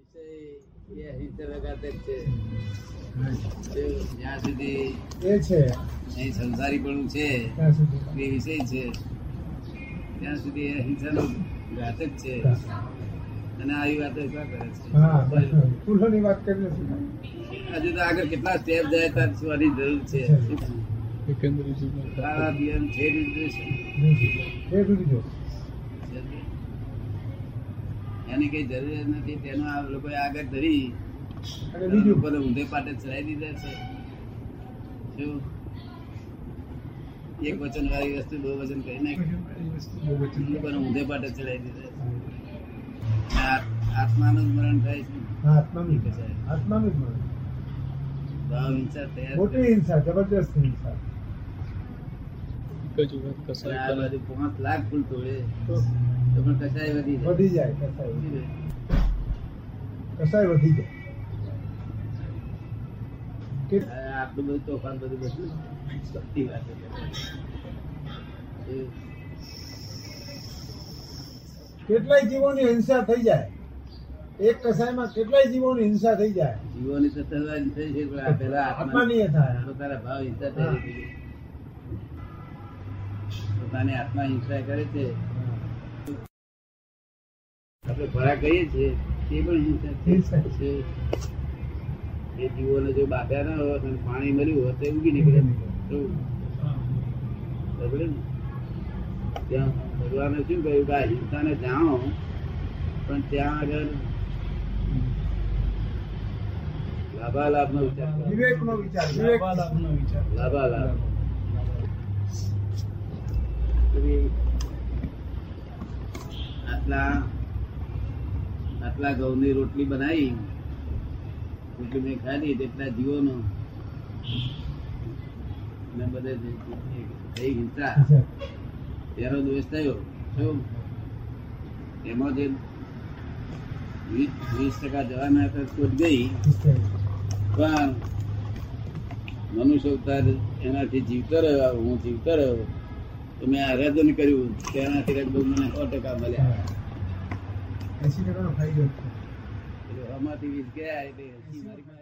એ અહિંસા લગાતર છે. જ્યાં સુધી એ છે અહીં સંસારીપણું છે ત્યાં સુધી એ વિષય છે ત્યાં સુધી એ અહિંસાનો ઘાતક છે અને આવી વાતો એટલા કરે હા છે ફૂલોની વાત કરી નથી હજુ તો આગળ કેટલા સ્ટેપ જાય ત્યાં જોવાની જરૂર છે ખાવા પીવાનું છે રિઝર્વેશન. એ સુધી જો એની કઈ જરૂર જ નથી તેનો આ લોકોએ આગળ ધરી અને બીજું લોકોને ઊંધે પાટે ચડાઈ દીધા છે શું એક વચન વાળી વસ્તુ બહુ વચન કરી નાખી લોકોને ઊંધે પાટે ચડાઈ દીધા છે. આ આત્માનું જ મરણ થાય છે હા આત્માનું જ. આત્માનું જ મળે. ભાવ વિચાર તૈયાર મોટી કરે. હિંસા જબરજસ્ત હિંસા પણ આ બાજુ પાંચ લાખ ફૂલ તોડે તો પણ કસાય વધી જાય વધી જાય કસાય વધી જાય. કસાય વધી જાય કે આ આટલું બધું તોફાન બધું બધું સસ્તી વાત છે. એ કેટલાય જીવોની હિંસા થઈ જાય એક કસાયમાં કેટલાય જીવોની હિંસા થઈ જાય જીવોની તો સર્વાધિ થઈ છે પણ આ પહેલા આત્માની આત્માની એ થાય પોતાના ભાવ હિંસા થઈ રહી છે. પોતાની આત્મા હિંસા કરે છે આપણે ભરા કહીએ છીએ તે પણ હિંસા હિંસા છે એ જીવોને જો બાફ્યા ના હોત અને પાણી મળ્યું હોત તો એ ઉગી નીકળે તો બરોબર ને? ત્યાં ભગવાને શું કહ્યું કે આ હિંસાને જાણો પણ ત્યાં આગળ લાભાલાભનો વિચાર કરો વિવેક નો વિચાર વિવેક લાભાલાભ પછી આટલા આટલા ઘઉંની રોટલી બનાવી રોટલી મેં ખાધી તેટલા જીવોનો ને બધે થઈ હિંસા તેનો દોષ થયો શું એમાં જે વીસ વીસ ટકા જવાના હતા છૂટ ગઈ પણ મનુષ્ય અવતાર એનાથી જીવતો રહ્યો હું જીવતો રહ્યો તો મેં આરાધન કર્યું તેનાથી લગભગ મને સો ટકા મળ્યા એસી ટકાનો ફાયદો એટલે આમાંથી વીસ ગયા એટલે એંસી મારી પાસે